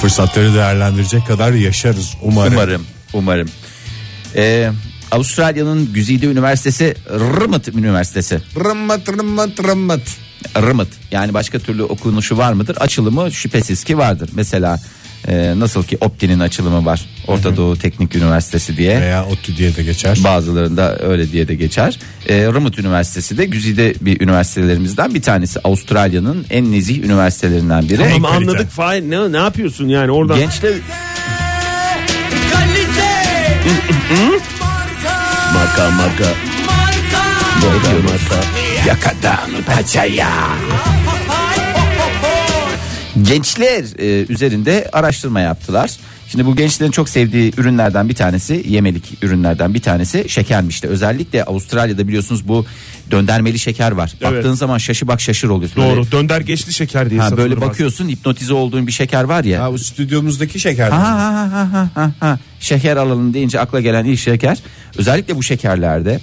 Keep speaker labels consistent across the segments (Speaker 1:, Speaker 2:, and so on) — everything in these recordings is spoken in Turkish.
Speaker 1: Fırsatları değerlendirecek kadar yaşarız umarım.
Speaker 2: Umarım, umarım. Ee, Avustralya'nın Güzide Üniversitesi Rımıt Üniversitesi.
Speaker 1: Rımmat rımmat rımmat.
Speaker 2: Rımıt yani başka türlü okunuşu var mıdır? Açılımı şüphesiz ki vardır. Mesela e, nasıl ki Opti'nin açılımı var. Orta Doğu Teknik Üniversitesi diye.
Speaker 1: Veya ODTÜ diye de geçer.
Speaker 2: Bazılarında öyle diye de geçer. E, Rımıt Üniversitesi de güzide bir üniversitelerimizden bir tanesi. Avustralya'nın en nezih üniversitelerinden biri.
Speaker 3: Ama
Speaker 1: kalite.
Speaker 3: anladık Fahir ne, ne yapıyorsun yani oradan.
Speaker 2: Gençler marka marka yakadan paçaya. Gençler e, üzerinde araştırma yaptılar. Şimdi bu gençlerin çok sevdiği ürünlerden bir tanesi yemelik ürünlerden bir tanesi şekermişti. Özellikle Avustralya'da biliyorsunuz bu döndermeli şeker var.
Speaker 3: Evet.
Speaker 2: Baktığın zaman şaşı bak şaşır oluyorsun. Böyle,
Speaker 3: Doğru dönder geçti şeker diye
Speaker 2: ha,
Speaker 3: satılır
Speaker 2: böyle
Speaker 3: bazen.
Speaker 2: bakıyorsun hipnotize olduğun bir şeker var ya.
Speaker 1: Ha, bu stüdyomuzdaki şeker.
Speaker 2: Ha, ha, ha, ha, ha, ha. Şeker alalım deyince akla gelen ilk şeker. Özellikle bu şekerlerde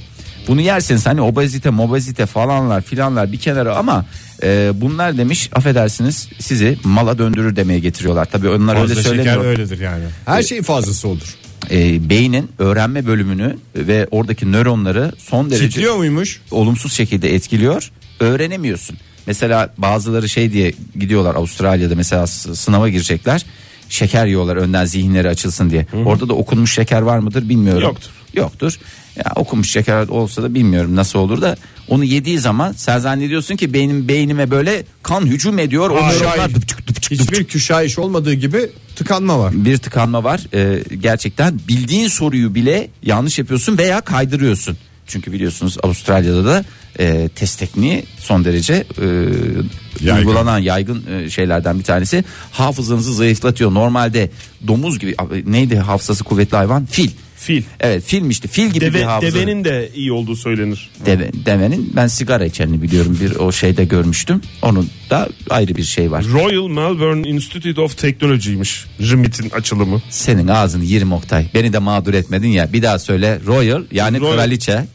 Speaker 2: bunu yerseniz hani obezite mobazite falanlar filanlar bir kenara ama e, bunlar demiş affedersiniz sizi mala döndürür demeye getiriyorlar. Tabii onlar öyle
Speaker 1: Fazla şeker
Speaker 2: söylemiyor.
Speaker 1: öyledir yani. Her şeyin fazlası olur.
Speaker 2: E, beynin öğrenme bölümünü ve oradaki nöronları son derece
Speaker 1: Çitliyor muymuş?
Speaker 2: olumsuz şekilde etkiliyor. Öğrenemiyorsun. Mesela bazıları şey diye gidiyorlar Avustralya'da mesela s- sınava girecekler. Şeker yiyorlar önden zihinleri açılsın diye. Orada da okunmuş şeker var mıdır bilmiyorum.
Speaker 3: Yoktur.
Speaker 2: Yoktur. Ya okunmuş şeker olsa da bilmiyorum nasıl olur da onu yediği zaman sen zannediyorsun ki beynim beynime böyle kan hücum ediyor. O
Speaker 1: Hayır,
Speaker 2: nöronlar
Speaker 1: hayır.
Speaker 2: dıpçık dıpçık dıpçık.
Speaker 1: Hiçbir küşayiş olmadığı gibi tıkanma var.
Speaker 2: bir tıkanma var. Ee, gerçekten bildiğin soruyu bile yanlış yapıyorsun veya kaydırıyorsun. Çünkü biliyorsunuz Avustralya'da da e, test tekniği son derece e,
Speaker 1: Yaygın.
Speaker 2: uygulanan yaygın e, şeylerden bir tanesi. Hafızanızı zayıflatıyor. Normalde domuz gibi a, neydi hafızası kuvvetli hayvan? Fil.
Speaker 3: Fil.
Speaker 2: Evet filmişti. Fil gibi bir
Speaker 3: Deve,
Speaker 2: hafıza.
Speaker 3: devenin de iyi olduğu söylenir.
Speaker 2: Deve- devenin ben sigara içenini biliyorum bir o şeyde görmüştüm. Onun da ayrı bir şey var.
Speaker 3: Royal Melbourne Institute of Technology'ymiş. RIMIT'in açılımı.
Speaker 2: Senin ağzını yerim Oktay. Beni de mağdur etmedin ya. Bir daha söyle. Royal yani
Speaker 3: Royal.
Speaker 2: kraliçe.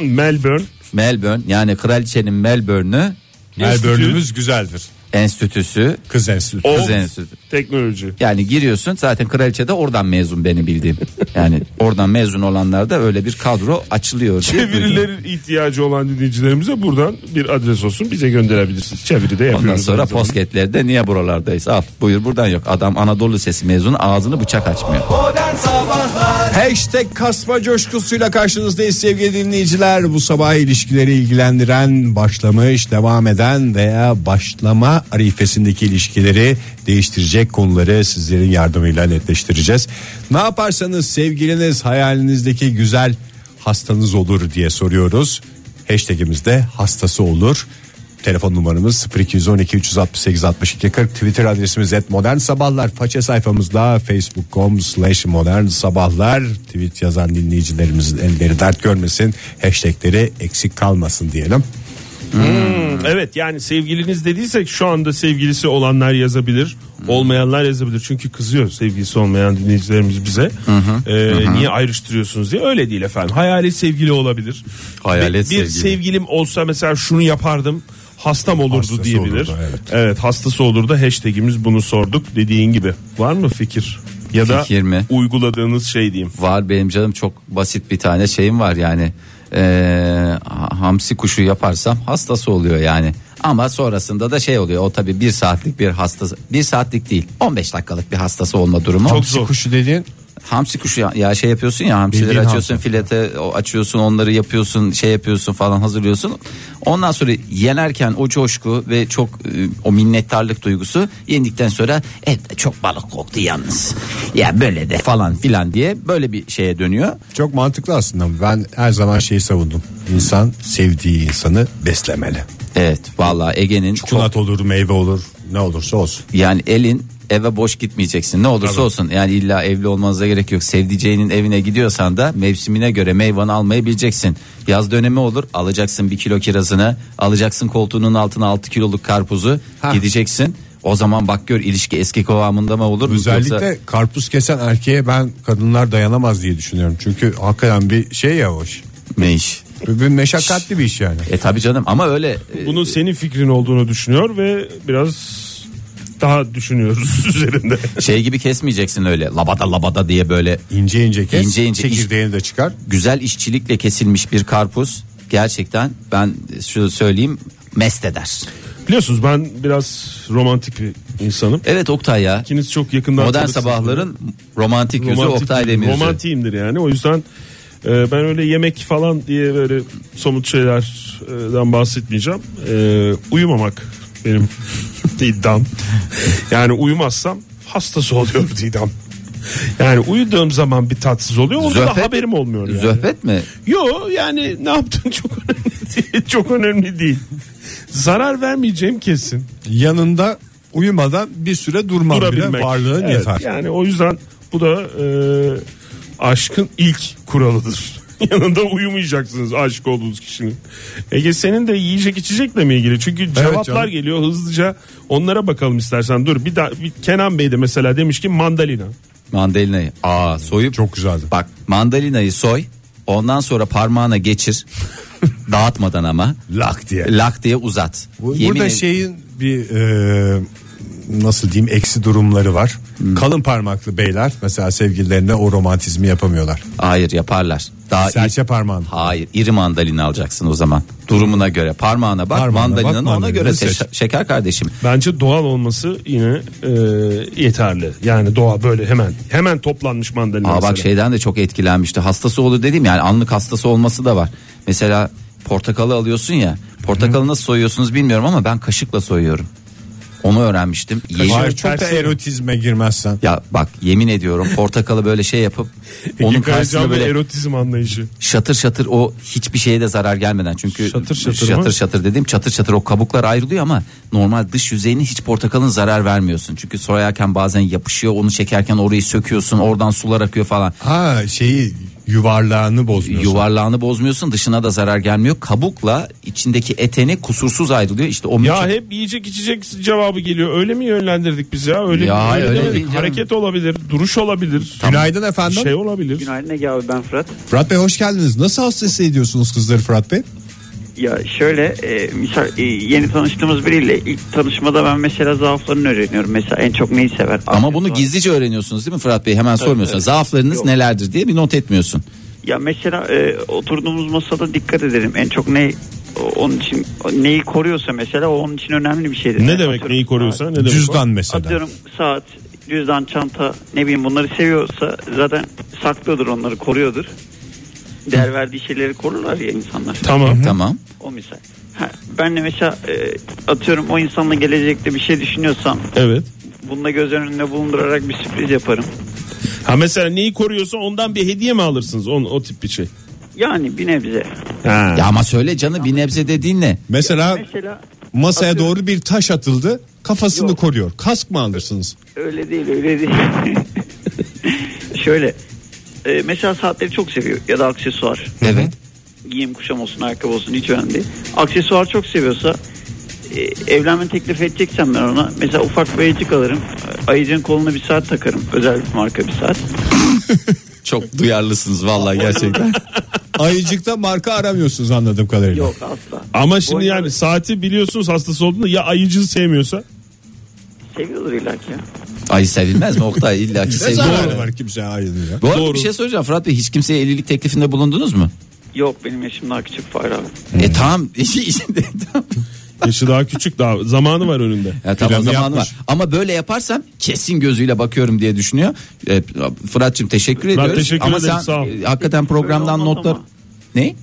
Speaker 3: Melbourne.
Speaker 2: Melbourne yani kraliçenin Melbourne'ü
Speaker 1: Melbourne'ümüz güzeldir.
Speaker 2: enstitüsü.
Speaker 1: Kız enstitüsü.
Speaker 3: Of
Speaker 2: Kız Enstitüsü.
Speaker 3: Teknoloji.
Speaker 2: Yani giriyorsun zaten kraliçe de oradan mezun benim bildiğim. Yani oradan mezun olanlar da öyle bir kadro açılıyor. diye duydum.
Speaker 3: Çevirilerin ihtiyacı olan dinleyicilerimize buradan bir adres olsun bize gönderebilirsiniz. Çeviri de yapıyoruz.
Speaker 2: Ondan sonra
Speaker 3: her zaman.
Speaker 2: posketlerde niye buralardayız? Al buyur buradan yok. Adam Anadolu Lisesi mezunu ağzını bıçak açmıyor.
Speaker 1: Hashtag kasma coşkusuyla karşınızdayız sevgili dinleyiciler. Bu sabah ilişkileri ilgilendiren, başlamış, devam eden veya başlama arifesindeki ilişkileri değiştirecek konuları sizlerin yardımıyla netleştireceğiz. Ne yaparsanız sevgiliniz hayalinizdeki güzel hastanız olur diye soruyoruz. Hashtagimizde hastası olur. Telefon numaramız 0212 368 62 40 Twitter adresimiz et modern sabahlar Faça sayfamızda facebook.com slash modern sabahlar Tweet yazan dinleyicilerimizin elleri dert görmesin Hashtagleri eksik kalmasın diyelim
Speaker 3: Hmm, Evet yani sevgiliniz dediysek şu anda sevgilisi olanlar yazabilir. Olmayanlar yazabilir. Çünkü kızıyor sevgilisi olmayan dinleyicilerimiz bize. Ee, Niye ayrıştırıyorsunuz diye. Öyle değil efendim. Hayali sevgili olabilir.
Speaker 2: Hayalet
Speaker 3: bir, bir
Speaker 2: sevgili.
Speaker 3: sevgilim olsa mesela şunu yapardım. Hastam olurdu
Speaker 1: Hastası
Speaker 3: diyebilir.
Speaker 1: olurdu, evet.
Speaker 3: evet. hastası olurdu. Hashtagimiz bunu sorduk dediğin gibi. Var mı fikir? Ya da
Speaker 2: Fikir mi?
Speaker 3: uyguladığınız şey diyeyim.
Speaker 2: Var benim canım çok basit bir tane şeyim var yani. Ee, ha- hamsi kuşu yaparsam hastası oluyor yani. Ama sonrasında da şey oluyor. O tabii bir saatlik bir hastası. Bir saatlik değil. 15 dakikalık bir hastası olma durumu.
Speaker 3: Çok zor.
Speaker 1: Kuşu dediğin
Speaker 2: Hamsi kuşu ya, ya şey yapıyorsun ya hamsileri
Speaker 1: Bildiğin
Speaker 2: açıyorsun filete o açıyorsun onları yapıyorsun şey yapıyorsun falan hazırlıyorsun. Ondan sonra yenerken o coşku ve çok e, o minnettarlık duygusu yendikten sonra evet çok balık koktu yalnız. Ya böyle de falan filan diye böyle bir şeye dönüyor.
Speaker 1: çok mantıklı aslında ben her zaman şeyi savundum İnsan sevdiği insanı beslemeli
Speaker 2: Evet vallahi Ege'nin çok,
Speaker 1: Çikolata olur meyve olur ne olursa olsun
Speaker 2: yani elin eve boş gitmeyeceksin. Ne olursa olsun yani illa evli olmanıza gerek yok. Sevdiceğinin evine gidiyorsan da mevsimine göre meyvanı almayı bileceksin. Yaz dönemi olur alacaksın bir kilo kirazını alacaksın koltuğunun altına 6 kiloluk karpuzu gideceksin. O zaman bak gör ilişki eski kıvamında mı olur?
Speaker 1: Özellikle
Speaker 2: Yoksa-
Speaker 1: karpuz kesen erkeğe ben kadınlar dayanamaz diye düşünüyorum. Çünkü hakikaten bir şey ya o iş.
Speaker 2: ne iş?
Speaker 1: Bir, bir meşakkatli bir iş yani.
Speaker 2: E tabi canım ama öyle e,
Speaker 3: Bunun senin fikrin olduğunu düşünüyor ve biraz daha düşünüyoruz üzerinde.
Speaker 2: Şey gibi kesmeyeceksin öyle labada labada diye böyle
Speaker 1: İnce ince kes.
Speaker 2: İnce ince iş-
Speaker 1: Çekirdeğini de çıkar.
Speaker 2: güzel işçilikle kesilmiş bir karpuz gerçekten ben şunu söyleyeyim mest eder.
Speaker 3: Biliyorsunuz ben biraz romantik bir insanım.
Speaker 2: Evet Oktay ya.
Speaker 3: İkiniz çok yakından
Speaker 2: Modern
Speaker 3: tanırsınız.
Speaker 2: sabahların romantik yüzü Oktay Demirci.
Speaker 3: Romantiyimdir yani o yüzden e, ben öyle yemek falan diye böyle somut şeylerden bahsetmeyeceğim. E, uyumamak benim iddiam. Yani uyumazsam hastası oluyor iddiam. Yani uyuduğum zaman bir tatsız oluyor. Orada da
Speaker 2: Zöhbet-
Speaker 3: haberim olmuyor. Yani.
Speaker 2: Zöhbet mi?
Speaker 3: Yo yani ne yaptığım çok önemli değil. Çok önemli değil. Zarar vermeyeceğim kesin.
Speaker 1: Yanında uyumadan bir süre durman bile
Speaker 3: Durabilmek.
Speaker 1: varlığın
Speaker 3: Evet,
Speaker 1: yeter.
Speaker 3: Yani o yüzden bu da e, aşkın ilk kuralıdır. Yanında uyumayacaksınız aşık olduğunuz kişinin. Ege senin de yiyecek içecekle mi ilgili? Çünkü cevaplar
Speaker 1: canım.
Speaker 3: geliyor hızlıca. Onlara bakalım istersen. Dur bir daha bir Kenan Bey de mesela demiş ki mandalina.
Speaker 2: Mandalinayı. Aa soyup.
Speaker 1: Çok güzeldi.
Speaker 2: Bak mandalinayı soy. Ondan sonra parmağına geçir. dağıtmadan ama.
Speaker 1: Lak diye.
Speaker 2: Lak diye uzat.
Speaker 1: Bu- şey-
Speaker 2: Yemin
Speaker 1: Burada
Speaker 2: ed-
Speaker 1: şeyin bir e, nasıl diyeyim eksi durumları var.
Speaker 2: Hmm.
Speaker 1: Kalın parmaklı beyler mesela sevgililerine o romantizmi yapamıyorlar.
Speaker 2: Hayır yaparlar. Daha
Speaker 1: Serçe parmağın.
Speaker 2: Hayır iri mandalina alacaksın o zaman. Durumuna göre parmağına bak
Speaker 1: Parmağına bak,
Speaker 2: mandalinanı ona
Speaker 1: mandalinanı
Speaker 2: göre
Speaker 1: seç.
Speaker 2: seç- şeker kardeşim.
Speaker 3: Bence doğal olması yine e, yeterli. Yani doğa böyle hemen hemen toplanmış mandalina.
Speaker 2: Aa, bak şey,
Speaker 3: mesela.
Speaker 2: şeyden de çok etkilenmişti. Hastası oldu dedim yani anlık hastası olması da var. Mesela portakalı alıyorsun ya. Portakalı nasıl soyuyorsunuz bilmiyorum ama ben kaşıkla soyuyorum. Onu öğrenmiştim. Yemin-
Speaker 1: Var çok da
Speaker 3: tersi.
Speaker 1: erotizme girmezsen.
Speaker 2: ya bak yemin ediyorum portakalı böyle şey yapıp onun
Speaker 3: Ege
Speaker 2: karşısında
Speaker 3: Kayacan ve
Speaker 2: böyle
Speaker 3: erotizm anlayışı.
Speaker 2: şatır şatır o hiçbir şeye de zarar gelmeden çünkü
Speaker 3: Şatır şatır
Speaker 2: şatır,
Speaker 3: mı?
Speaker 2: şatır dediğim çatır çatır o kabuklar ayrılıyor ama normal dış yüzeyine hiç portakalın zarar vermiyorsun. Çünkü soyarken bazen yapışıyor onu çekerken orayı söküyorsun oradan sular akıyor falan.
Speaker 1: Ha şeyi yuvarlağını bozmuyorsun.
Speaker 2: Yuvarlağını bozmuyorsun dışına da zarar gelmiyor. Kabukla içindeki eteni kusursuz ayrılıyor. İşte o
Speaker 3: Ya
Speaker 2: mükemmel-
Speaker 3: hep yiyecek içecek cevabı geliyor. Öyle mi yönlendirdik biz ya? Öyle
Speaker 2: Ya
Speaker 3: mi?
Speaker 2: öyle
Speaker 3: demedik.
Speaker 2: değil canım.
Speaker 3: Hareket olabilir, duruş olabilir.
Speaker 1: Günaydın efendim.
Speaker 3: Şey olabilir.
Speaker 4: Günaydın Ege abi ben Fırat.
Speaker 1: Fırat Bey hoş geldiniz. Nasıl hassas ediyorsunuz kızları Fırat Bey?
Speaker 4: Ya şöyle e, misal e, yeni tanıştığımız biriyle ilk tanışmada ben mesela zaaflarını öğreniyorum. Mesela en çok neyi sever?
Speaker 2: Ama
Speaker 4: Afiyet
Speaker 2: bunu
Speaker 4: olsun.
Speaker 2: gizlice öğreniyorsunuz değil mi Fırat Bey? Hemen sormuyorsunuz.
Speaker 4: evet.
Speaker 2: Zaaflarınız
Speaker 4: Yok.
Speaker 2: nelerdir diye bir not etmiyorsun.
Speaker 4: Ya mesela e, oturduğumuz masada dikkat ederim. En çok ne o- onun için o neyi koruyorsa mesela o onun için önemli bir şeydir.
Speaker 3: Ne
Speaker 4: Yani
Speaker 3: demek
Speaker 4: atıyorum
Speaker 3: neyi koruyorsa
Speaker 4: saat-
Speaker 3: ne demek?
Speaker 1: Cüzdan mesela.
Speaker 4: Atıyorum saat, cüzdan, çanta ne bileyim bunları seviyorsa zaten saklıyordur onları koruyordur. Değer verdiği şeyleri korurlar ya insanlar.
Speaker 3: Tamam.
Speaker 2: Tamam.
Speaker 4: O misal. Ha, ben de mesela e, atıyorum o insanla gelecekte bir şey düşünüyorsam
Speaker 3: Evet.
Speaker 4: bunu da göz önünde bulundurarak bir sürpriz yaparım.
Speaker 3: Ha mesela neyi koruyorsa ondan bir hediye mi alırsınız? On, o tip bir şey.
Speaker 4: Yani bir nebze.
Speaker 3: Ha.
Speaker 2: Ya ama söyle canı bir nebze de dinle.
Speaker 1: Mesela
Speaker 4: Mesela
Speaker 1: masaya
Speaker 4: atıyorum.
Speaker 1: doğru bir taş atıldı. Kafasını
Speaker 4: Yok.
Speaker 1: koruyor. Kask mı alırsınız?
Speaker 4: öyle değil öyle değil. Şöyle e, mesela saatleri çok seviyor ya da aksesuar.
Speaker 2: Evet.
Speaker 4: Giyim kuşam olsun ayakkabı olsun hiç önemli değil. Aksesuar çok seviyorsa e, evlenme teklif edeceksem ben ona mesela ufak bir ayıcık alırım. Ayıcığın koluna bir saat takarım. Özel bir marka bir saat.
Speaker 2: Çok duyarlısınız vallahi gerçekten.
Speaker 1: Ayıcıkta marka aramıyorsunuz anladığım kadarıyla.
Speaker 4: Yok asla.
Speaker 3: Ama şimdi
Speaker 4: Boyunca-
Speaker 3: yani saati biliyorsunuz hastası olduğunda ya ayıcı sevmiyorsa
Speaker 4: Seviyordur illaki ya.
Speaker 2: Ay sevilmez mi Oktay illa ki
Speaker 1: Ne
Speaker 2: sevilir.
Speaker 1: zararı var kimseye ayının ya?
Speaker 2: Bu arada
Speaker 3: Doğru.
Speaker 2: bir şey soracağım Fırat Bey hiç kimseye evlilik teklifinde bulundunuz mu?
Speaker 4: Yok benim yaşım daha küçük Fahir abi.
Speaker 2: E tamam. Tamam.
Speaker 3: yaşı daha küçük daha zamanı var önünde.
Speaker 2: Ya tamam
Speaker 1: Planı
Speaker 2: zamanı
Speaker 1: yapmış.
Speaker 2: var. Ama böyle yaparsam kesin gözüyle bakıyorum diye düşünüyor. E, Fırat'cığım teşekkür ediyoruz.
Speaker 3: teşekkür
Speaker 2: ama
Speaker 3: ederim,
Speaker 2: sen
Speaker 3: sağ ol.
Speaker 2: e, hakikaten programdan
Speaker 4: olmaz
Speaker 2: notlar...
Speaker 4: ama.
Speaker 2: Ne?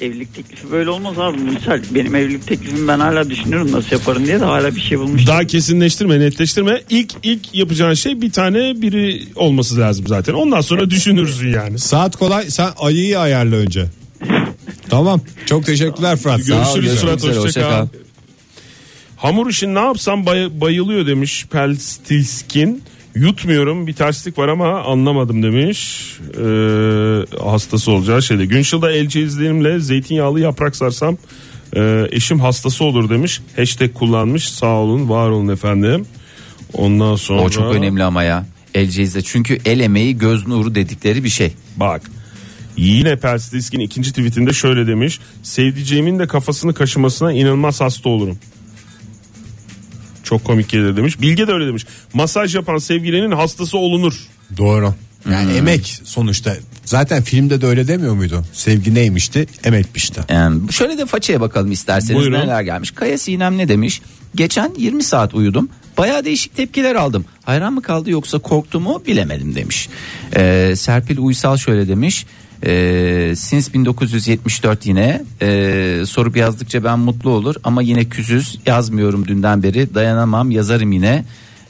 Speaker 4: Evlilik teklifi böyle olmaz abi. Misal benim evlilik teklifimi ben hala düşünüyorum nasıl yaparım diye de hala bir şey bulmuş.
Speaker 3: Daha kesinleştirme, netleştirme. İlk ilk yapacağın şey bir tane biri olması lazım zaten. Ondan sonra düşünürsün yani.
Speaker 1: Saat kolay sen ayıyı ayarla önce. tamam. Çok teşekkürler Fırat.
Speaker 3: Görüşürüz
Speaker 2: Sağ ol, görüşmek
Speaker 3: Fırat,
Speaker 2: üzere,
Speaker 3: hoşça
Speaker 2: hoşça
Speaker 3: kal.
Speaker 2: kal.
Speaker 3: Hamur işi ne yapsam bay- bayılıyor demiş Pelstilskin. Yutmuyorum bir terslik var ama anlamadım demiş. Ee, hastası olacağı şeyde. Günşıl'da el cevizlerimle zeytinyağlı yaprak sarsam e, eşim hastası olur demiş. Hashtag kullanmış sağ olun var olun efendim. Ondan sonra
Speaker 2: O çok önemli ama ya. El ceyizde. Çünkü el emeği göz nuru dedikleri bir şey.
Speaker 3: bak yine Pelstilskin ikinci tweetinde şöyle demiş. Sevdiceğimin de kafasını kaşımasına inanılmaz hasta olurum. Çok komik gelir demiş. Bilge de öyle demiş. Masaj yapan sevgilinin hastası olunur.
Speaker 1: Doğru. Yani emek sonuçta. Zaten filmde de öyle demiyor muydu? Sevgi neymişti? Emekmişti.
Speaker 2: Yani şöyle de façaya bakalım isterseniz
Speaker 3: Buyurun.
Speaker 2: neler gelmiş. Kaya Sinem ne demiş? Geçen 20 saat uyudum. Bayağı değişik tepkiler aldım. Hayran mı kaldı yoksa korktu mu bilemedim demiş. Ee, Serpil Uysal şöyle demiş. Ee, since 1974 yine ee, sorup yazdıkça ben mutlu olur ama yine küsüz yazmıyorum dünden beri dayanamam yazarım yine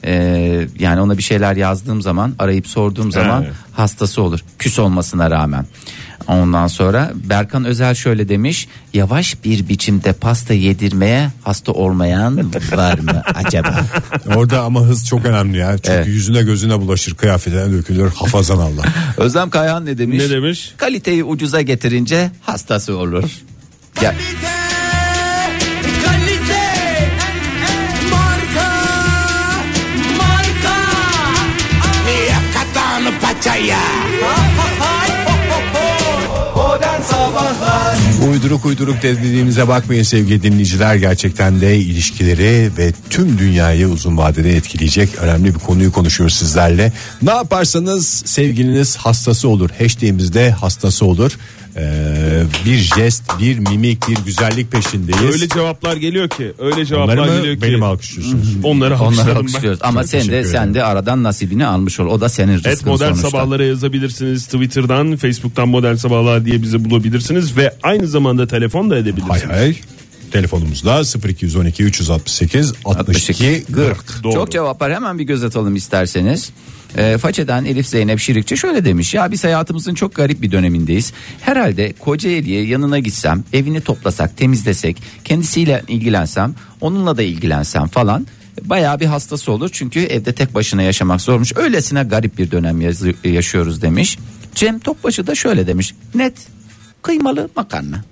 Speaker 2: Ee, yani ona bir şeyler yazdığım zaman arayıp sorduğum zaman
Speaker 3: Evet.
Speaker 2: hastası olur küs olmasına rağmen. Ondan sonra Berkan Özel şöyle demiş yavaş bir biçimde pasta yedirmeye hasta olmayan var mı acaba?
Speaker 1: Orada ama hız çok önemli ya. Çünkü
Speaker 2: Evet.
Speaker 1: yüzüne gözüne bulaşır, kıyafetine dökülür. Hafazan Allah.
Speaker 2: Özlem Kayhan ne demiş?
Speaker 3: Ne demiş?
Speaker 2: Kaliteyi ucuza getirince hastası olur. Ya,
Speaker 1: Uyduruk uyduruk dediğimize bakmayın sevgili dinleyiciler. Gerçekten de ilişkileri ve tüm dünyayı uzun vadede etkileyecek önemli bir konuyu konuşuyoruz sizlerle. Ne yaparsanız sevgiliniz hastası olur. Hashtag'imizde hastası olur. Ee, bir jest, bir mimik, bir güzellik peşindeyiz.
Speaker 3: Öyle cevaplar geliyor ki. Öyle cevaplar
Speaker 1: Onları mı
Speaker 3: geliyor ki.
Speaker 1: beni mi alkışlıyorsunuz?
Speaker 3: Onları
Speaker 2: onları
Speaker 3: alkışladım ben.
Speaker 2: alkışlıyoruz ama
Speaker 1: Çok
Speaker 2: sen de
Speaker 1: teşekkür
Speaker 2: sen de aradan nasibini almış ol. O da senin rızkın
Speaker 3: Et modern
Speaker 2: sonuçta.
Speaker 3: sabahlara yazabilirsiniz Twitter'dan, Facebook'tan modern sabahlar diye bizi bulabilirsiniz ve aynı zamanda telefon da edebilirsiniz.
Speaker 1: Hay hay. Telefonumuzda 0212 368 62 40.
Speaker 3: Doğru.
Speaker 2: Çok cevap var hemen bir göz atalım isterseniz. Ee, façeden Elif Zeynep Şirikçi şöyle demiş ya biz hayatımızın çok garip bir dönemindeyiz. Herhalde Kocaeli'ye yanına gitsem evini toplasak temizlesek kendisiyle ilgilensem onunla da ilgilensem falan bayağı bir hastası olur. Çünkü evde tek başına yaşamak zormuş öylesine garip bir dönem yazı- yaşıyoruz demiş. Cem Topbaşı da şöyle demiş net kıymalı makarna.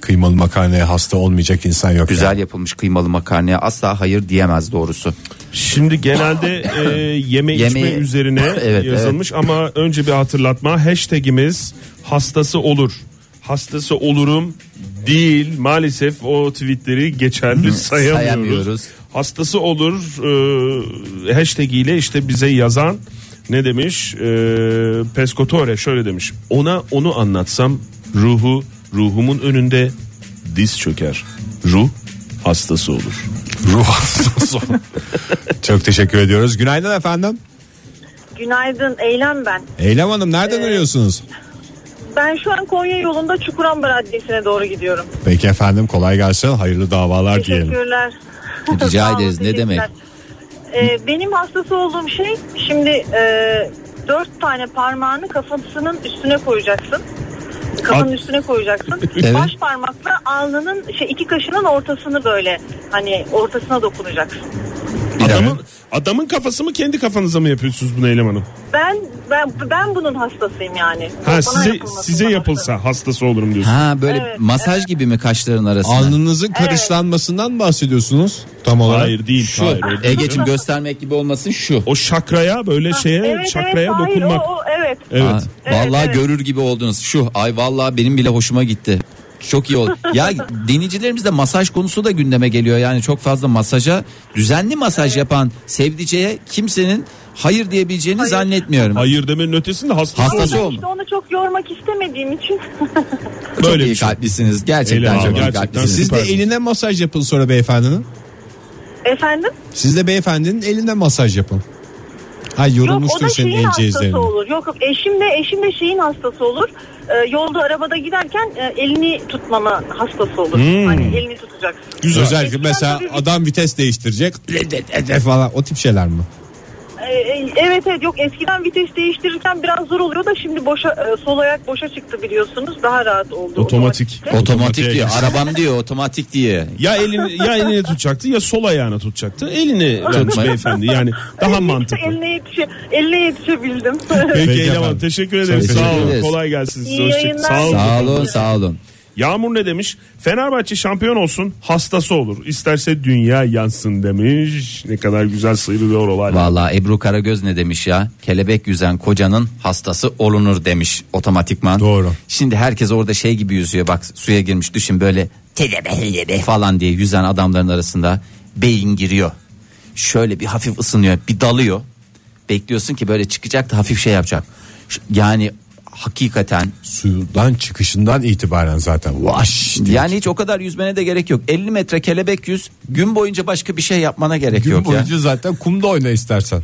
Speaker 1: Kıymalı makarnaya hasta olmayacak insan yok. ya.
Speaker 2: Güzel yapılmış kıymalı makarnaya asla hayır diyemez doğrusu.
Speaker 3: Şimdi genelde e, yeme içme
Speaker 2: Yemeği-
Speaker 3: üzerine
Speaker 2: Evet,
Speaker 3: yazılmış ama önce bir hatırlatma hashtagimiz hastası olur. Hastası olurum değil maalesef o tweetleri geçerli sayamıyoruz.
Speaker 2: sayamıyoruz.
Speaker 3: Hastası olur e, hashtagiyle işte bize yazan ne demiş e, Pescatore şöyle demiş ona onu anlatsam ruhu ruhumun önünde diz çöker ruh hastası olur.
Speaker 1: Ruh hastası olur. Çok teşekkür ediyoruz. Günaydın efendim.
Speaker 5: Günaydın Eylem ben.
Speaker 1: Eylem Hanım nereden arıyorsunuz?
Speaker 5: Ben şu an Konya yolunda Çukuramba Raddesi'ne doğru gidiyorum.
Speaker 1: Peki efendim kolay gelsin. Hayırlı davalar diyelim.
Speaker 5: Teşekkürler.
Speaker 2: Rica
Speaker 5: Sağ olun,
Speaker 2: ederiz, ne demek.
Speaker 5: teşekkürler. Ee, benim hastası olduğum şey şimdi e, dört tane parmağını kafasının üstüne koyacaksın. Kafanın üstüne koyacaksın.
Speaker 2: Evet.
Speaker 5: Baş parmakla alnının şey iki kaşının ortasını böyle hani ortasına dokunacaksın.
Speaker 3: Adamın, adamın kafası mı kendi kafanıza mı yapıyorsunuz bunu Eylem Hanım?
Speaker 5: Ben ben ben bunun hastasıyım yani. Bana
Speaker 3: Ha size
Speaker 5: yapılmasın
Speaker 3: size
Speaker 5: bana.
Speaker 3: yapılsa hastası olurum diyorsun.
Speaker 2: Ha böyle masaj gibi mi kaşların arasına?
Speaker 1: Alnınızın karışlanmasından bahsediyorsunuz. Tam olarak.
Speaker 3: Hayır değil.
Speaker 2: Şu
Speaker 3: Hayır, öyle değil.
Speaker 2: Egeciğim E, göstermek gibi olmasın şu.
Speaker 3: O şakraya böyle şeye
Speaker 5: Evet,
Speaker 3: şakraya
Speaker 5: evet, hayır,
Speaker 3: dokunmak.
Speaker 5: o, o, evet.
Speaker 3: Evet.
Speaker 2: Ha, vallahi
Speaker 5: evet.
Speaker 2: görür gibi oldunuz. Şu ay vallahi benim bile hoşuma gitti. Çok iyi oldu. ya dinleyicilerimizde masaj konusu da gündeme geliyor. Yani çok fazla masaja düzenli masaj yapan sevdiceye kimsenin hayır diyebileceğini zannetmiyorum.
Speaker 3: Hayır demenin ötesinde hastası,
Speaker 2: Hastası
Speaker 3: olur.
Speaker 2: ol.
Speaker 5: İşte onu çok yormak istemediğim için
Speaker 2: Çok
Speaker 3: Böyle
Speaker 2: iyi
Speaker 3: bir şey.
Speaker 2: kalplisiniz. Gerçekten
Speaker 3: Eylem
Speaker 2: çok
Speaker 3: abi,
Speaker 2: iyi
Speaker 3: gerçekten
Speaker 2: kalplisiniz.
Speaker 1: Siz de
Speaker 3: Süper.
Speaker 1: eline masaj yapın sonra beyefendinin.
Speaker 5: efendim.
Speaker 1: Siz de beyefendinin eline masaj yapın. Ay yorulmuştur
Speaker 5: Yok o da
Speaker 1: senin
Speaker 5: şeyin
Speaker 1: el
Speaker 5: hastası
Speaker 1: cezlerini.
Speaker 5: olur. Yok yok, eşim de eşim de şeyin hastası olur. Ee, yolda arabada giderken e, elini tutmama hastası olur.
Speaker 3: Hmm.
Speaker 5: Hani elini tutacaksın.
Speaker 1: Güzel. Özellikle
Speaker 5: Eskiden
Speaker 1: mesela
Speaker 5: tabii-
Speaker 1: adam vites değiştirecek falan o tip şeyler mi?
Speaker 5: Ee, e, evet evet yok eskiden vites değiştirirken biraz zor oluyor da şimdi boşa e, sol ayak boşa çıktı biliyorsunuz. Daha rahat oldu.
Speaker 3: Otomatik.
Speaker 5: otomatikte.
Speaker 2: Otomatik diyor. Arabam diyor otomatik diye.
Speaker 3: Ya elini ya elini tutacaktı ya sol ayağına tutacaktı. Elini tutmuş
Speaker 2: Tutmayın.
Speaker 3: beyefendi. Yani
Speaker 5: Ay,
Speaker 3: daha
Speaker 5: işte
Speaker 3: mantıklı.
Speaker 5: Eline, yetişe, eline yetişebildim.
Speaker 3: Peki
Speaker 1: Peki
Speaker 3: Eylem Hanım
Speaker 1: efendim.
Speaker 3: teşekkür ederim.
Speaker 2: Çok
Speaker 3: Sağ
Speaker 2: teşekkür
Speaker 3: olun.
Speaker 2: ederiz.
Speaker 3: Kolay gelsin size.
Speaker 5: İyi
Speaker 3: Hoşça-
Speaker 5: yayınlar.
Speaker 3: Sağ olun.
Speaker 2: Sağ olun sağ olun.
Speaker 3: Yağmur ne demiş? Fenerbahçe şampiyon olsun hastası olur. İsterse dünya yansın demiş. Ne kadar güzel sıyrılıyor olay.
Speaker 2: Vallahi Ebru Karagöz ne demiş ya? Kelebek yüzen kocanın hastası olunur demiş otomatikman.
Speaker 1: Doğru.
Speaker 2: Şimdi herkes orada şey gibi yüzüyor bak suya girmiş düşün böyle kelebek kelebek falan diye yüzen adamların arasında beyin giriyor. şöyle bir hafif ısınıyor bir dalıyor. Bekliyorsun ki böyle çıkacak da hafif şey yapacak. Ş- Yani hakikaten
Speaker 1: Sudan çıkışından itibaren zaten vaş diye.
Speaker 2: yani hiç o kadar yüzmene de gerek yok. 50 metre kelebek yüz gün boyunca başka bir şey yapmana gerek
Speaker 1: Gün
Speaker 2: yok ya.
Speaker 1: boyunca zaten kumda oyna istersen.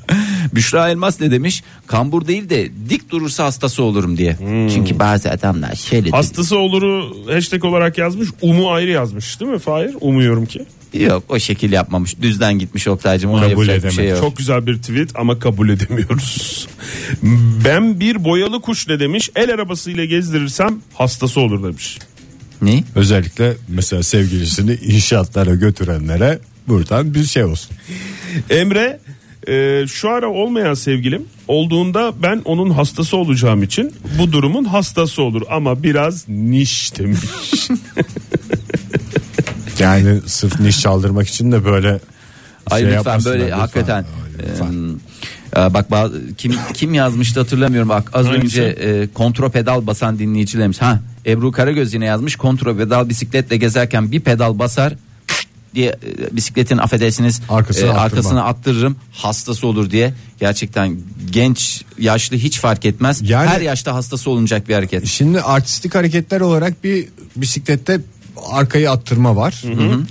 Speaker 2: Büşra Elmas ne demiş? Kambur değil de dik durursa hastası olurum diye. Çünkü bazı adamlar şöyle
Speaker 3: Hastası oluru hashtag olarak yazmış. Umu ayrı yazmış değil mi Fahir? Umuyorum ki.
Speaker 2: Yok o şekil yapmamış. Düzden gitmiş Oktay'cım. Ona
Speaker 1: Kabul
Speaker 2: yapacak bir şey
Speaker 1: edemedi.
Speaker 2: yok.
Speaker 3: Çok güzel bir tweet ama kabul edemiyoruz. Ben bir boyalı kuş ne demiş? El arabasıyla gezdirirsem hastası olur demiş.
Speaker 2: Ne?
Speaker 1: Özellikle mesela sevgilisini inşaatlara götürenlere buradan bir şey olsun.
Speaker 3: Emre e, şu ara olmayan sevgilim olduğunda ben onun hastası olacağım için bu durumun hastası olur ama biraz niş demiş.
Speaker 1: Yani sırf niş çaldırmak için de böyle
Speaker 2: Hayır
Speaker 1: şey
Speaker 2: lütfen
Speaker 1: yapmasınlar,
Speaker 2: böyle
Speaker 1: lütfen.
Speaker 2: hakikaten. e,
Speaker 1: Ay, lütfen.
Speaker 2: Ee, e, bak bazı- kim kim yazmıştı hatırlamıyorum. Bak az önce
Speaker 3: Hangisi?
Speaker 2: e, kontrol pedal basan dinleyicilerimiz. Ha Ebru Karagöz yine yazmış. Kontrol pedal bisikletle gezerken bir pedal basar diye e, bisikletin affedersiniz
Speaker 1: Arkasına attırma.
Speaker 2: arkasına attırırım hastası olur diye gerçekten genç yaşlı hiç fark etmez
Speaker 1: Yani-
Speaker 2: her yaşta hastası olunacak bir hareket
Speaker 1: Şimdi artistik hareketler olarak bir bisiklette arkayı attırma var.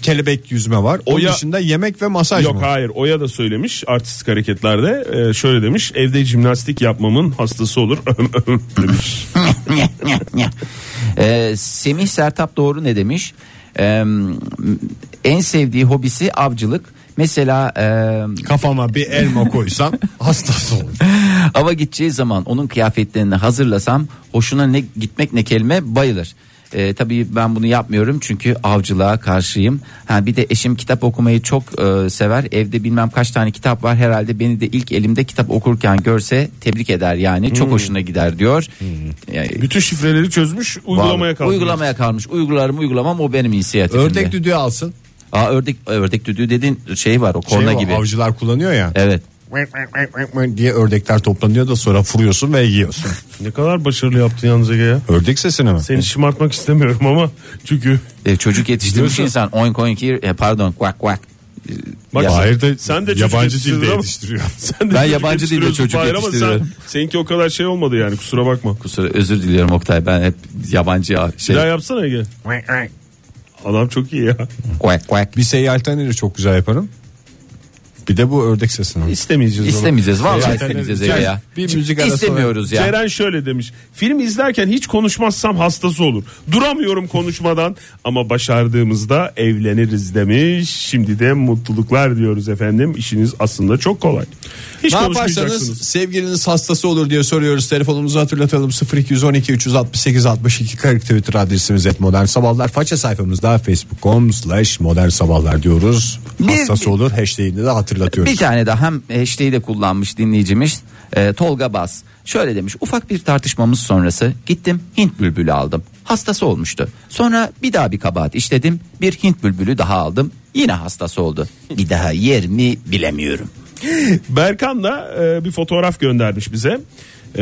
Speaker 1: Kelebek yüzme var. Onun
Speaker 3: Oya-
Speaker 1: dışında yemek ve masaj
Speaker 3: Yok
Speaker 1: mı?
Speaker 3: hayır Oya da söylemiş artistik hareketlerde E, şöyle demiş evde jimnastik yapmamın hastası olur demiş.
Speaker 2: Ee, Semih Sertap doğru ne demiş? Ee, en sevdiği hobisi avcılık. Mesela e,
Speaker 1: Kafama bir elma koysam hastası olur.
Speaker 2: ava gideceği zaman onun kıyafetlerini hazırlasam hoşuna ne gitmek ne kelime bayılır. Ee, tabii ben bunu yapmıyorum çünkü avcılığa karşıyım. Ha bir de eşim kitap okumayı çok e, sever. Evde bilmem kaç tane kitap var. Herhalde beni de ilk elimde kitap okurken görse tebrik eder yani. Çok hoşuna gider diyor. Yani-
Speaker 3: Bütün şifreleri çözmüş uygulamaya
Speaker 2: Vallahi-
Speaker 3: kalmış.
Speaker 2: Uygulamaya kalmış. Uygularım uygulamam o benim inisiyatifimde.
Speaker 1: Ördek düdüğü alsın.
Speaker 2: Aa, ördek e, ördek düdüğü dedin şey var o korna
Speaker 1: Şey o,
Speaker 2: gibi.
Speaker 1: Avcılar kullanıyor ya.
Speaker 2: Evet.
Speaker 1: diye ördekler toplanıyor da sonra vuruyorsun ve yiyorsun.
Speaker 3: Ne kadar başarılı yaptın yalnız Ege ya.
Speaker 1: Ördek sesini mi?
Speaker 3: Seni şımartmak istemiyorum ama çünkü
Speaker 2: E, çocuk yetiştirmiş insan. Oink oink yer- e, pardon kuak kuak.
Speaker 3: Bak
Speaker 2: Ya-
Speaker 1: Hayır da
Speaker 3: Sen de çocuk
Speaker 1: yabancı
Speaker 3: yetiştirdin
Speaker 1: dilde
Speaker 3: ama-
Speaker 1: yetiştiriyor.
Speaker 3: sen de
Speaker 2: Ben
Speaker 3: çocuk
Speaker 2: yabancı dilde
Speaker 3: yetiştiriyorsun
Speaker 2: çocuk
Speaker 3: Fahir ama
Speaker 2: yetiştiriyorum. Şey-
Speaker 3: sen- seninki o kadar şey olmadı yani kusura bakma.
Speaker 2: Kusura özür diliyorum Oktay ben hep yabancı ya-
Speaker 3: Bir
Speaker 2: şey
Speaker 3: daha yapsana Ege. Adam çok iyi ya.
Speaker 2: kuak kuak.
Speaker 1: Bir seyyal taneri çok güzel yaparım. Bir de bu ördek sesini.
Speaker 3: İstemeyeceğiz onu.
Speaker 2: İstemeyeceğiz vallahi
Speaker 1: Zaten-
Speaker 2: istemeyeceğiz
Speaker 1: Ceren,
Speaker 2: Ege ya.
Speaker 1: bir müzik arası
Speaker 2: İstemiyoruz ya.
Speaker 3: Ceren şöyle demiş. Film izlerken hiç konuşmazsam hastası olur. Duramıyorum konuşmadan ama başardığımızda evleniriz demiş. Şimdi de mutluluklar diyoruz efendim. İşiniz aslında çok kolay. Hiç
Speaker 1: Ne yaparsanız
Speaker 3: konuşmayacaksınız.
Speaker 1: sevgiliniz hastası olur diye soruyoruz. Telefonumuzu hatırlatalım 0212 368 62 40 Twitter adresimiz et modern sabahlar. Faça sayfamızda facebook.com slash modern sabahlar diyoruz.
Speaker 2: Bir-
Speaker 1: Hastası olur hashtagini de hatırlatıyoruz.
Speaker 2: Bir tane daha hem hashtag'i de kullanmış dinleyicimiz e, Tolga Bas. Şöyle demiş ufak bir tartışmamız sonrası gittim Hint bülbülü aldım. Hastası olmuştu. Sonra bir daha bir kabahat işledim bir Hint bülbülü daha aldım. Yine hastası oldu. Bir daha yer mi bilemiyorum.
Speaker 3: Berkan da e, bir fotoğraf göndermiş bize. E,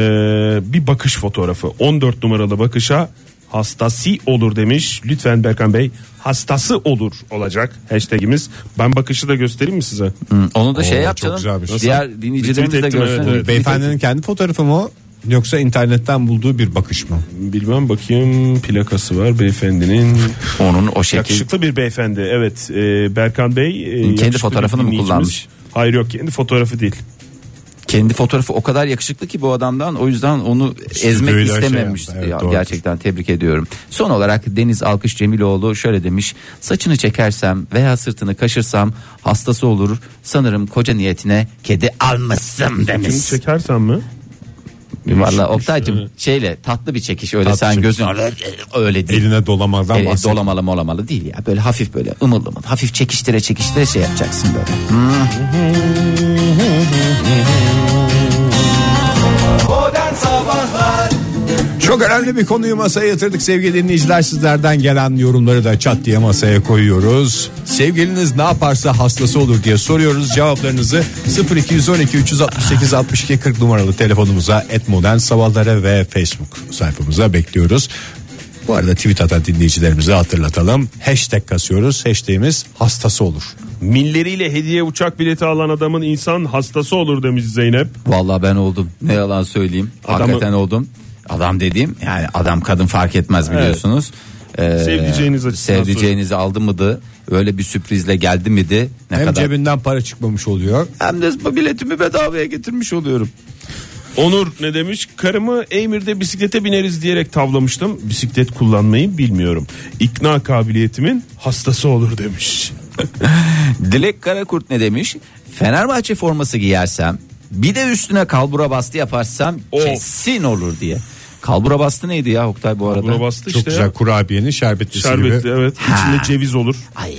Speaker 3: bir bakış fotoğrafı. 14 numaralı bakışa hastası olur demiş. Lütfen Berkan Bey hastası olur olacak hashtagimiz. Ben bakışı da göstereyim mi size?
Speaker 2: Hı, Onu da şey
Speaker 1: Oo,
Speaker 2: yap
Speaker 1: çok
Speaker 2: canım.
Speaker 1: güzelmiş.
Speaker 2: Diğer dinleyicilerimiz de
Speaker 3: Retweet ettim,
Speaker 2: görsün.
Speaker 3: evet, evet.
Speaker 1: Beyefendinin kendi fotoğrafı mı o? yoksa internetten bulduğu bir bakış mı?
Speaker 3: Bilmem bakayım plakası var beyefendinin.
Speaker 2: Onun o şekil.
Speaker 3: Yakışıklı bir beyefendi evet. E, Berkan Bey. e, yakışıklı
Speaker 2: fotoğrafını
Speaker 3: bir
Speaker 2: mı
Speaker 3: dinleyicimiz.
Speaker 2: kullanmış?
Speaker 3: Hayır yok kendi fotoğrafı değil.
Speaker 2: Kendi fotoğrafı o kadar yakışıklı ki bu adamdan o yüzden onu ezmek
Speaker 1: öyle şey
Speaker 2: istememiş.
Speaker 1: yaptı, evet,
Speaker 2: Ya,
Speaker 1: doğrudur.
Speaker 2: gerçekten tebrik ediyorum. Son olarak Deniz Alkış Cemiloğlu şöyle demiş. Saçını çekersem veya sırtını kaşırsam hastası olur. Sanırım koca niyetine kedi almışsın demiş.
Speaker 3: Şimdi çekersen mi?
Speaker 2: Valla
Speaker 3: Çekmiş,
Speaker 2: Oktay'cım
Speaker 3: evet.
Speaker 2: şeyle tatlı bir çekiş öyle
Speaker 1: Tatlı
Speaker 2: sen
Speaker 1: çekiş.
Speaker 2: gözün öyle, öyle değil.
Speaker 1: Eline dolamadan
Speaker 2: Ee,
Speaker 1: bahsediyor.
Speaker 2: dolamalı molamalı değil ya. Böyle hafif böyle ımıl ımıl. Hafif çekiştire çekiştire şey yapacaksın böyle.
Speaker 1: Çok önemli bir konuyu masaya yatırdık sevgili dinleyiciler sizlerden gelen yorumları da çat diye masaya koyuyoruz. Sevgiliniz ne yaparsa hastası olur diye soruyoruz cevaplarınızı 0212 368 62 40 numaralı telefonumuza et modern sabahlara ve facebook sayfamıza bekliyoruz. Bu arada tweet atan dinleyicilerimize hatırlatalım. Hashtag kasıyoruz. Hashtagimiz hastası olur.
Speaker 3: Milleriyle hediye uçak bileti alan adamın insan hastası olur demiş Zeynep.
Speaker 2: Vallahi ben oldum. Ne yalan söyleyeyim.
Speaker 3: Adamı-
Speaker 2: Hakikaten oldum. Adam dediğim yani adam kadın fark etmez biliyorsunuz. Ee,
Speaker 3: Sevdiceğiniz açısından
Speaker 2: sevdiceğinizi aldı mıydı? Öyle bir sürprizle geldi miydi? Ne
Speaker 1: Hem
Speaker 2: kadar?
Speaker 1: cebinden para çıkmamış oluyor.
Speaker 2: Hem de bu biletimi bedavaya getirmiş oluyorum.
Speaker 3: Onur ne demiş? Karımı Eymir'de bisiklete bineriz diyerek tavlamıştım. Bisiklet kullanmayı bilmiyorum. İkna kabiliyetimin hastası olur demiş.
Speaker 2: Dilek Karakurt ne demiş? Fenerbahçe forması giyersem bir de üstüne kalbura bastı yaparsam
Speaker 3: Of.
Speaker 2: kesin olur diye. Kalbura bastı neydi ya Oktay bu arada?
Speaker 3: Buna bastı
Speaker 1: Çok
Speaker 3: işte
Speaker 1: güzel
Speaker 3: ya.
Speaker 1: kurabiyenin şerbetlisi
Speaker 3: Şerbetli
Speaker 1: gibi.
Speaker 3: evet. İçinde ceviz olur.
Speaker 2: Ay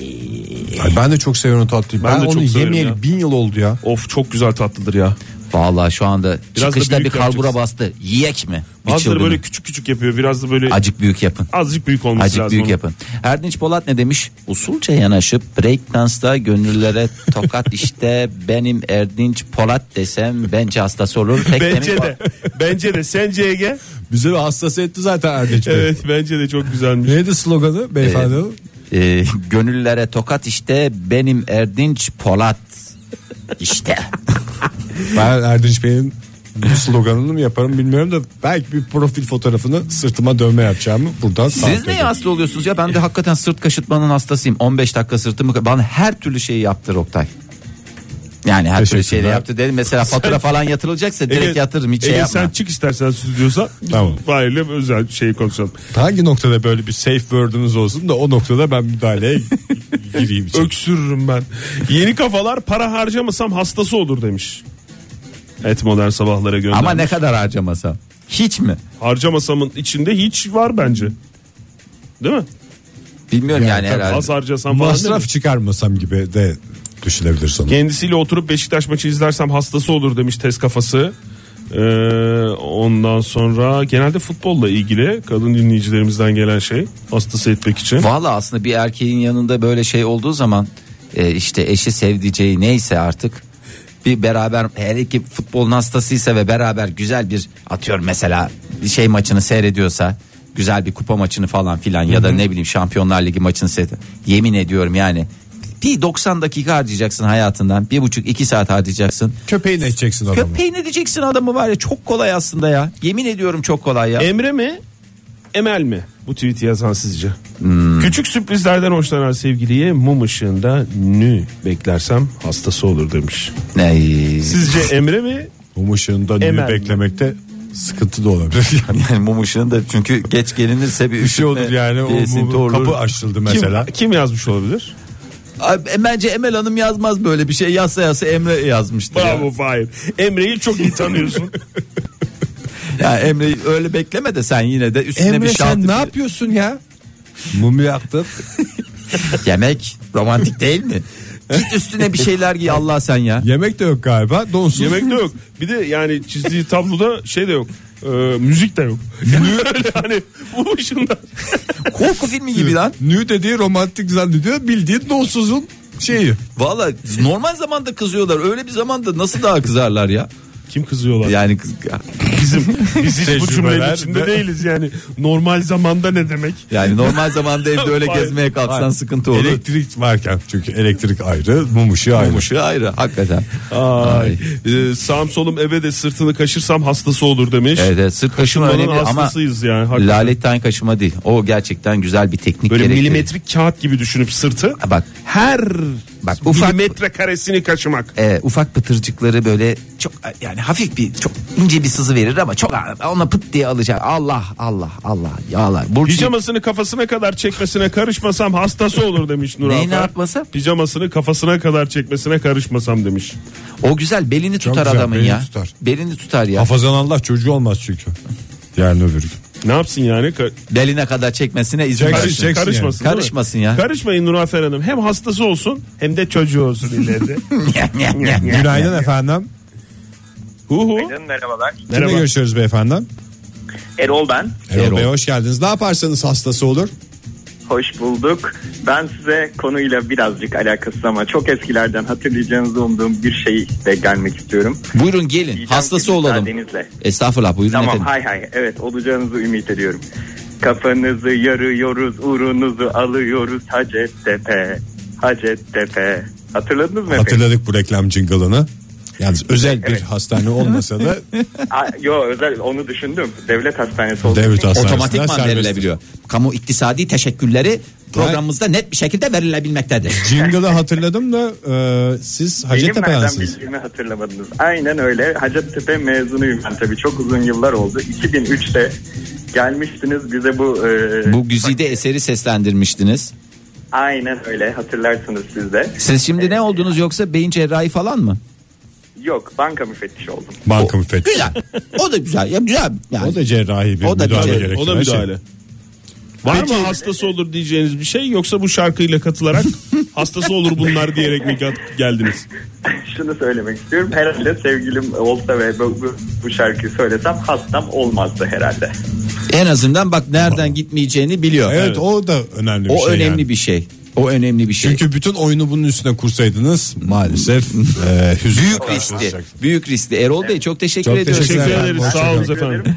Speaker 1: Ay, ben de çok seviyorum o tatlıyı.
Speaker 3: Ben
Speaker 1: Ben,
Speaker 3: de çok
Speaker 1: onu
Speaker 3: severim
Speaker 1: yemeyeli
Speaker 3: ya.
Speaker 1: bin yıl oldu ya.
Speaker 3: Of çok güzel tatlıdır ya.
Speaker 2: vallahi şu anda
Speaker 3: Biraz da
Speaker 2: çıkışta
Speaker 3: büyük
Speaker 2: bir kalbura
Speaker 3: yapacaksın.
Speaker 2: bastı. Yiyek mi? Bir
Speaker 3: Bazıları
Speaker 2: çılgını.
Speaker 3: böyle küçük küçük yapıyor. Biraz da böyle
Speaker 2: Acık büyük yapın.
Speaker 3: azıcık büyük olması
Speaker 2: Azıcık
Speaker 3: lazım.
Speaker 2: büyük
Speaker 3: onun.
Speaker 2: yapın. Erdinç Polat ne demiş? Usulca yanaşıp breakdance'da gönüllere tokat işte benim Erdinç Polat desem bence hastası olur. Pek
Speaker 3: Bence
Speaker 2: demin-
Speaker 3: de. bence de. Sence Ege?
Speaker 1: Bize bir hassas etti zaten Erdeç Bey.
Speaker 3: Evet bence de çok güzelmiş.
Speaker 1: Neydi sloganı beyefendi?
Speaker 2: Ee, gönüllere tokat işte benim Erdinç Polat işte.
Speaker 1: Ben Erdinç Bey'in bu sloganını mı yaparım bilmiyorum da belki bir profil fotoğrafını sırtıma dövme yapacağımı buradan
Speaker 2: Siz neye hasta oluyorsunuz ya? Ben de hakikaten sırt kaşıtmanın hastasıyım. 15 dakika sırtımı bana her türlü şeyi yaptır Oktay. Yani her türlü şeyi de
Speaker 1: Teşekkürler.
Speaker 2: yaptı dedim. Mesela fatura falan yatırılacaksa direkt
Speaker 3: Ege-
Speaker 2: yatırırım hiç şey
Speaker 3: Ege
Speaker 2: yapma.
Speaker 3: sen çık istersen stüdyosa.
Speaker 1: Tamam.
Speaker 3: Fahir'le özel şey konuşalım.
Speaker 1: Hangi noktada böyle bir safe word'unuz olsun da o noktada ben müdahaleye gireyim. için.
Speaker 3: Öksürürüm ben. Yeni kafalar para harcamasam hastası olur demiş. Et modern sabahlara göndermiş.
Speaker 2: Ama ne kadar harcamasam? Hiç mi?
Speaker 3: Harcamasamın içinde hiç var bence. Değil mi?
Speaker 2: Bilmiyorum yani,
Speaker 1: tabii
Speaker 2: herhalde.
Speaker 3: Az harcasam falan değil mi?
Speaker 1: Masraf çıkarmasam gibi de düşünebilir sanırım.
Speaker 3: Kendisiyle oturup Beşiktaş maçı izlersem hastası olur demiş tez kafası. Ee, ondan sonra genelde futbolla ilgili kadın dinleyicilerimizden gelen şey hastası etmek için.
Speaker 2: Valla aslında bir erkeğin yanında böyle şey olduğu zaman e, işte eşi sevdiceği neyse artık bir beraber her iki futbolun hastasıysa ve beraber güzel bir atıyorum mesela bir şey maçını seyrediyorsa güzel bir kupa maçını falan filan ya da ne bileyim Şampiyonlar Ligi maçını seyrediyor. Yemin ediyorum yani bir 90 dakika harcayacaksın hayatından bir buçuk iki saat harcayacaksın.
Speaker 1: Köpeğini edeceksin adamı.
Speaker 2: Köpeğin edeceksin adamı var ya çok kolay aslında ya yemin ediyorum çok kolay ya.
Speaker 3: Emre mi? Emel mi? Bu tweet'i yazan sizce. Küçük sürprizlerden hoşlanan sevgiliye mum ışığında nü beklersem hastası olur demiş.
Speaker 2: Ey.
Speaker 3: Sizce Emre mi?
Speaker 1: Mum ışığında nüyü
Speaker 3: Emel.
Speaker 1: beklemekte sıkıntı da olabilir. Yani
Speaker 2: Yani mum ışığında çünkü geç gelinirse bir
Speaker 1: bir şey olur yani o
Speaker 2: esinti
Speaker 1: mumun
Speaker 2: olur.
Speaker 1: kapı açıldı mesela.
Speaker 3: Kim, kim yazmış olabilir?
Speaker 2: Ay, e, Bence Emel Hanım yazmaz böyle bir şey. Yazsa yazsa Emre yazmıştır.
Speaker 3: Bravo Fahir. Emre'yi çok iyi tanıyorsun.
Speaker 2: Ya. ya Emre'yi öyle bekleme de sen yine de üstüne bir şartı.
Speaker 1: yapıyorsun ya? Mum yaktık.
Speaker 2: Yemek romantik değil mi? Git üstüne bir şeyler giy Allah sen ya.
Speaker 1: Yemek de yok galiba. Donsuz.
Speaker 3: Yemek de yok. Bir de yani çizdiği tabloda şey de yok. Ee, müzik de yok. Öyle hani bu ışığında.
Speaker 2: Korku filmi gibi lan.
Speaker 1: Nü dediği romantik zannediyor. Bildiğin donsuzun şeyi.
Speaker 2: Valla normal zamanda kızıyorlar. Öyle bir zamanda nasıl daha kızarlar ya?
Speaker 3: Kim kızıyorlar?
Speaker 2: Yani kız...
Speaker 3: Bizim biz hiç bu cümlenin
Speaker 1: Tecrübeler
Speaker 3: içinde
Speaker 1: ve-
Speaker 3: değiliz yani. Normal zamanda ne demek?
Speaker 2: Yani normal zamanda evde öyle gezmeye kalksan sıkıntı olur.
Speaker 1: Elektrik varken çünkü elektrik ayrı, mum ışığı ayrı.
Speaker 2: Mum ışığı ayrı hakikaten.
Speaker 3: Ay. Ee, sağım solum eve de sırtını kaşırsam hastası olur demiş.
Speaker 2: Evet, evet sırt kaşıma
Speaker 3: Kaşınmanın
Speaker 2: önemli ama
Speaker 3: hastasıyız yani, hakikaten.
Speaker 2: laletten kaşıma değil. O gerçekten güzel bir teknik
Speaker 3: Böyle
Speaker 2: gerektirir.
Speaker 3: milimetrik kağıt gibi düşünüp sırtı.
Speaker 2: Ha, Bak
Speaker 3: Her
Speaker 2: Bak, ufak-
Speaker 3: milimetre karesini kaşımak.
Speaker 2: e, ufak pıtırcıkları böyle çok yani hafif bir çok ince bir sızı verir ama çok ona pıt diye alacak. Allah Allah Allah yağlar. Burcu
Speaker 3: Pijamasını kafasına kadar çekmesine karışmasam hastası olur demiş Nur
Speaker 2: Neyi ne
Speaker 3: Afer.
Speaker 2: yapmasa?
Speaker 3: Pijamasını kafasına kadar çekmesine karışmasam demiş.
Speaker 2: O güzel belini tutar
Speaker 1: güzel,
Speaker 2: adamın
Speaker 1: belini
Speaker 2: ya.
Speaker 1: tutar.
Speaker 2: Belini tutar ya.
Speaker 1: Hafazan Allah çocuğu olmaz çünkü. Yarın öbür gün.
Speaker 3: Ne yapsın yani? Ka-
Speaker 2: Beline kadar çekmesine izin
Speaker 1: Çek-
Speaker 2: versin.
Speaker 1: çek- Karışacaksın
Speaker 2: yani.
Speaker 3: karışmasın. değil mi?
Speaker 2: Karışmasın ya.
Speaker 3: Karışmayın Nur Afer Hanım. Hem hastası olsun hem de çocuğu olsun ileride.
Speaker 1: Günaydın efendim.
Speaker 3: hu hu.
Speaker 6: Günaydın, merhabalar.
Speaker 1: Kimle
Speaker 3: Merhaba.
Speaker 1: görüşüyoruz beyefendi?
Speaker 6: Erol ben.
Speaker 1: Erol
Speaker 2: Erol.
Speaker 1: Bey hoş geldiniz. Ne yaparsanız hastası olur.
Speaker 6: Hoş bulduk. Ben size konuyla birazcık alakasız ama çok eskilerden hatırlayacağınızı umduğum bir şeyle gelmek istiyorum.
Speaker 2: Buyurun gelin
Speaker 6: Diyeceğim ki
Speaker 2: hastası olalım.
Speaker 6: müsaadenizle.
Speaker 2: Estağfurullah buyurun
Speaker 6: Tamam
Speaker 2: efendim.
Speaker 6: hay hay evet olacağınızı ümit ediyorum. Kafanızı yarıyoruz uğrunuzu alıyoruz Hacettepe. Hacettepe. Hatırladınız mı efendim?
Speaker 1: Hatırladık bu reklam jingle'ını. Yalnız özel bir hastane olmasa da
Speaker 6: Aa, yo özel onu düşündüm. Devlet hastanesi oldu.
Speaker 1: devlet hastanesine
Speaker 2: Otomatikman
Speaker 1: serbest.
Speaker 2: verilebiliyor. Kamu iktisadi teşekkürleri programımızda net bir şekilde verilebilmektedir.
Speaker 1: Jingle'ı hatırladım da e, siz
Speaker 6: Benim nereden
Speaker 1: Hacettepe'lisiniz.
Speaker 6: bildiğimi hatırlamadınız. Aynen öyle. Hacettepe mezunuyum ben tabii. Çok uzun yıllar oldu. 2003'te gelmiştiniz bize bu... e,
Speaker 2: Bu güzide eseri seslendirmiştiniz.
Speaker 6: Aynen öyle hatırlarsınız siz de.
Speaker 2: Siz şimdi ne oldunuz yoksa beyin cerrahi falan mı?
Speaker 6: Yok banka müfettişi oldum.
Speaker 1: Banka müfettişi.
Speaker 2: Güzel. O da güzel. Ya güzel. Yani.
Speaker 1: O da cerrahi bir
Speaker 2: O da bir
Speaker 1: müdahale
Speaker 2: cerrahi.
Speaker 1: gerektiren
Speaker 3: O da
Speaker 1: şey.
Speaker 3: müdahale. Var mı hastası olur diyeceğiniz bir şey yoksa bu şarkıyla katılarak hastası olur bunlar diyerek mi gel- geldiniz?
Speaker 6: Şunu söylemek istiyorum. Herhalde sevgilim olsa ve bu, bu- bu şarkıyı söylesem hastam olmazdı herhalde.
Speaker 2: En azından bak nereden gitmeyeceğini biliyor.
Speaker 1: Evet, o da önemli bir
Speaker 2: O
Speaker 1: şey.
Speaker 2: önemli
Speaker 1: yani.
Speaker 2: bir şey. O önemli bir şey.
Speaker 1: Çünkü bütün oyunu bunun üstüne kursaydınız maalesef e, hüzün
Speaker 2: büyük riskli. Büyük riskli. Erol Bey çok teşekkür
Speaker 1: Çok
Speaker 2: ediyoruz.
Speaker 1: Teşekkür
Speaker 3: Teşekkür
Speaker 1: ederim.
Speaker 3: ederiz. Sağ olun
Speaker 1: Hoşçakalın.
Speaker 3: efendim.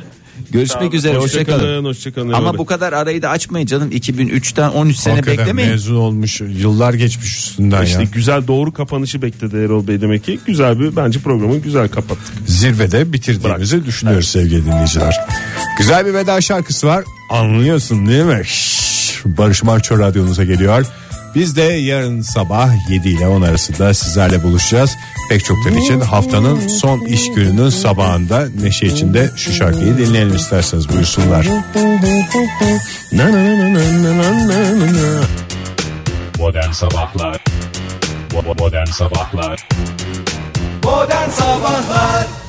Speaker 2: Görüşmek üzere. Hoşçakalın.
Speaker 3: Hoşçakalın. Hoşçakalın.
Speaker 2: Ama bu kadar arayı da açmayın canım. 2003'ten 13 sene
Speaker 1: Hakikaten
Speaker 2: beklemeyin.
Speaker 1: mezun olmuş yıllar geçmiş üstünden
Speaker 3: İşte
Speaker 1: ya.
Speaker 3: güzel doğru kapanışı bekledi Erol Bey demek ki. Güzel bir bence programı güzel kapattık.
Speaker 1: Zirvede bitirdiğimizi düşünüyoruz sevgili dinleyiciler. Güzel bir veda şarkısı var. Anlıyorsun değil mi? Şşş, Barış Manço radyonuza geliyor. Biz de yarın sabah 7 ile 10 arasında sizlerle buluşacağız. Pek çokları için haftanın son iş gününün sabahında neşe içinde şu şarkıyı dinleyelim isterseniz buyursunlar. Na na na na na na na na na.
Speaker 7: Modern Sabahlar Bo- bo- Modern Sabahlar
Speaker 8: Modern Sabahlar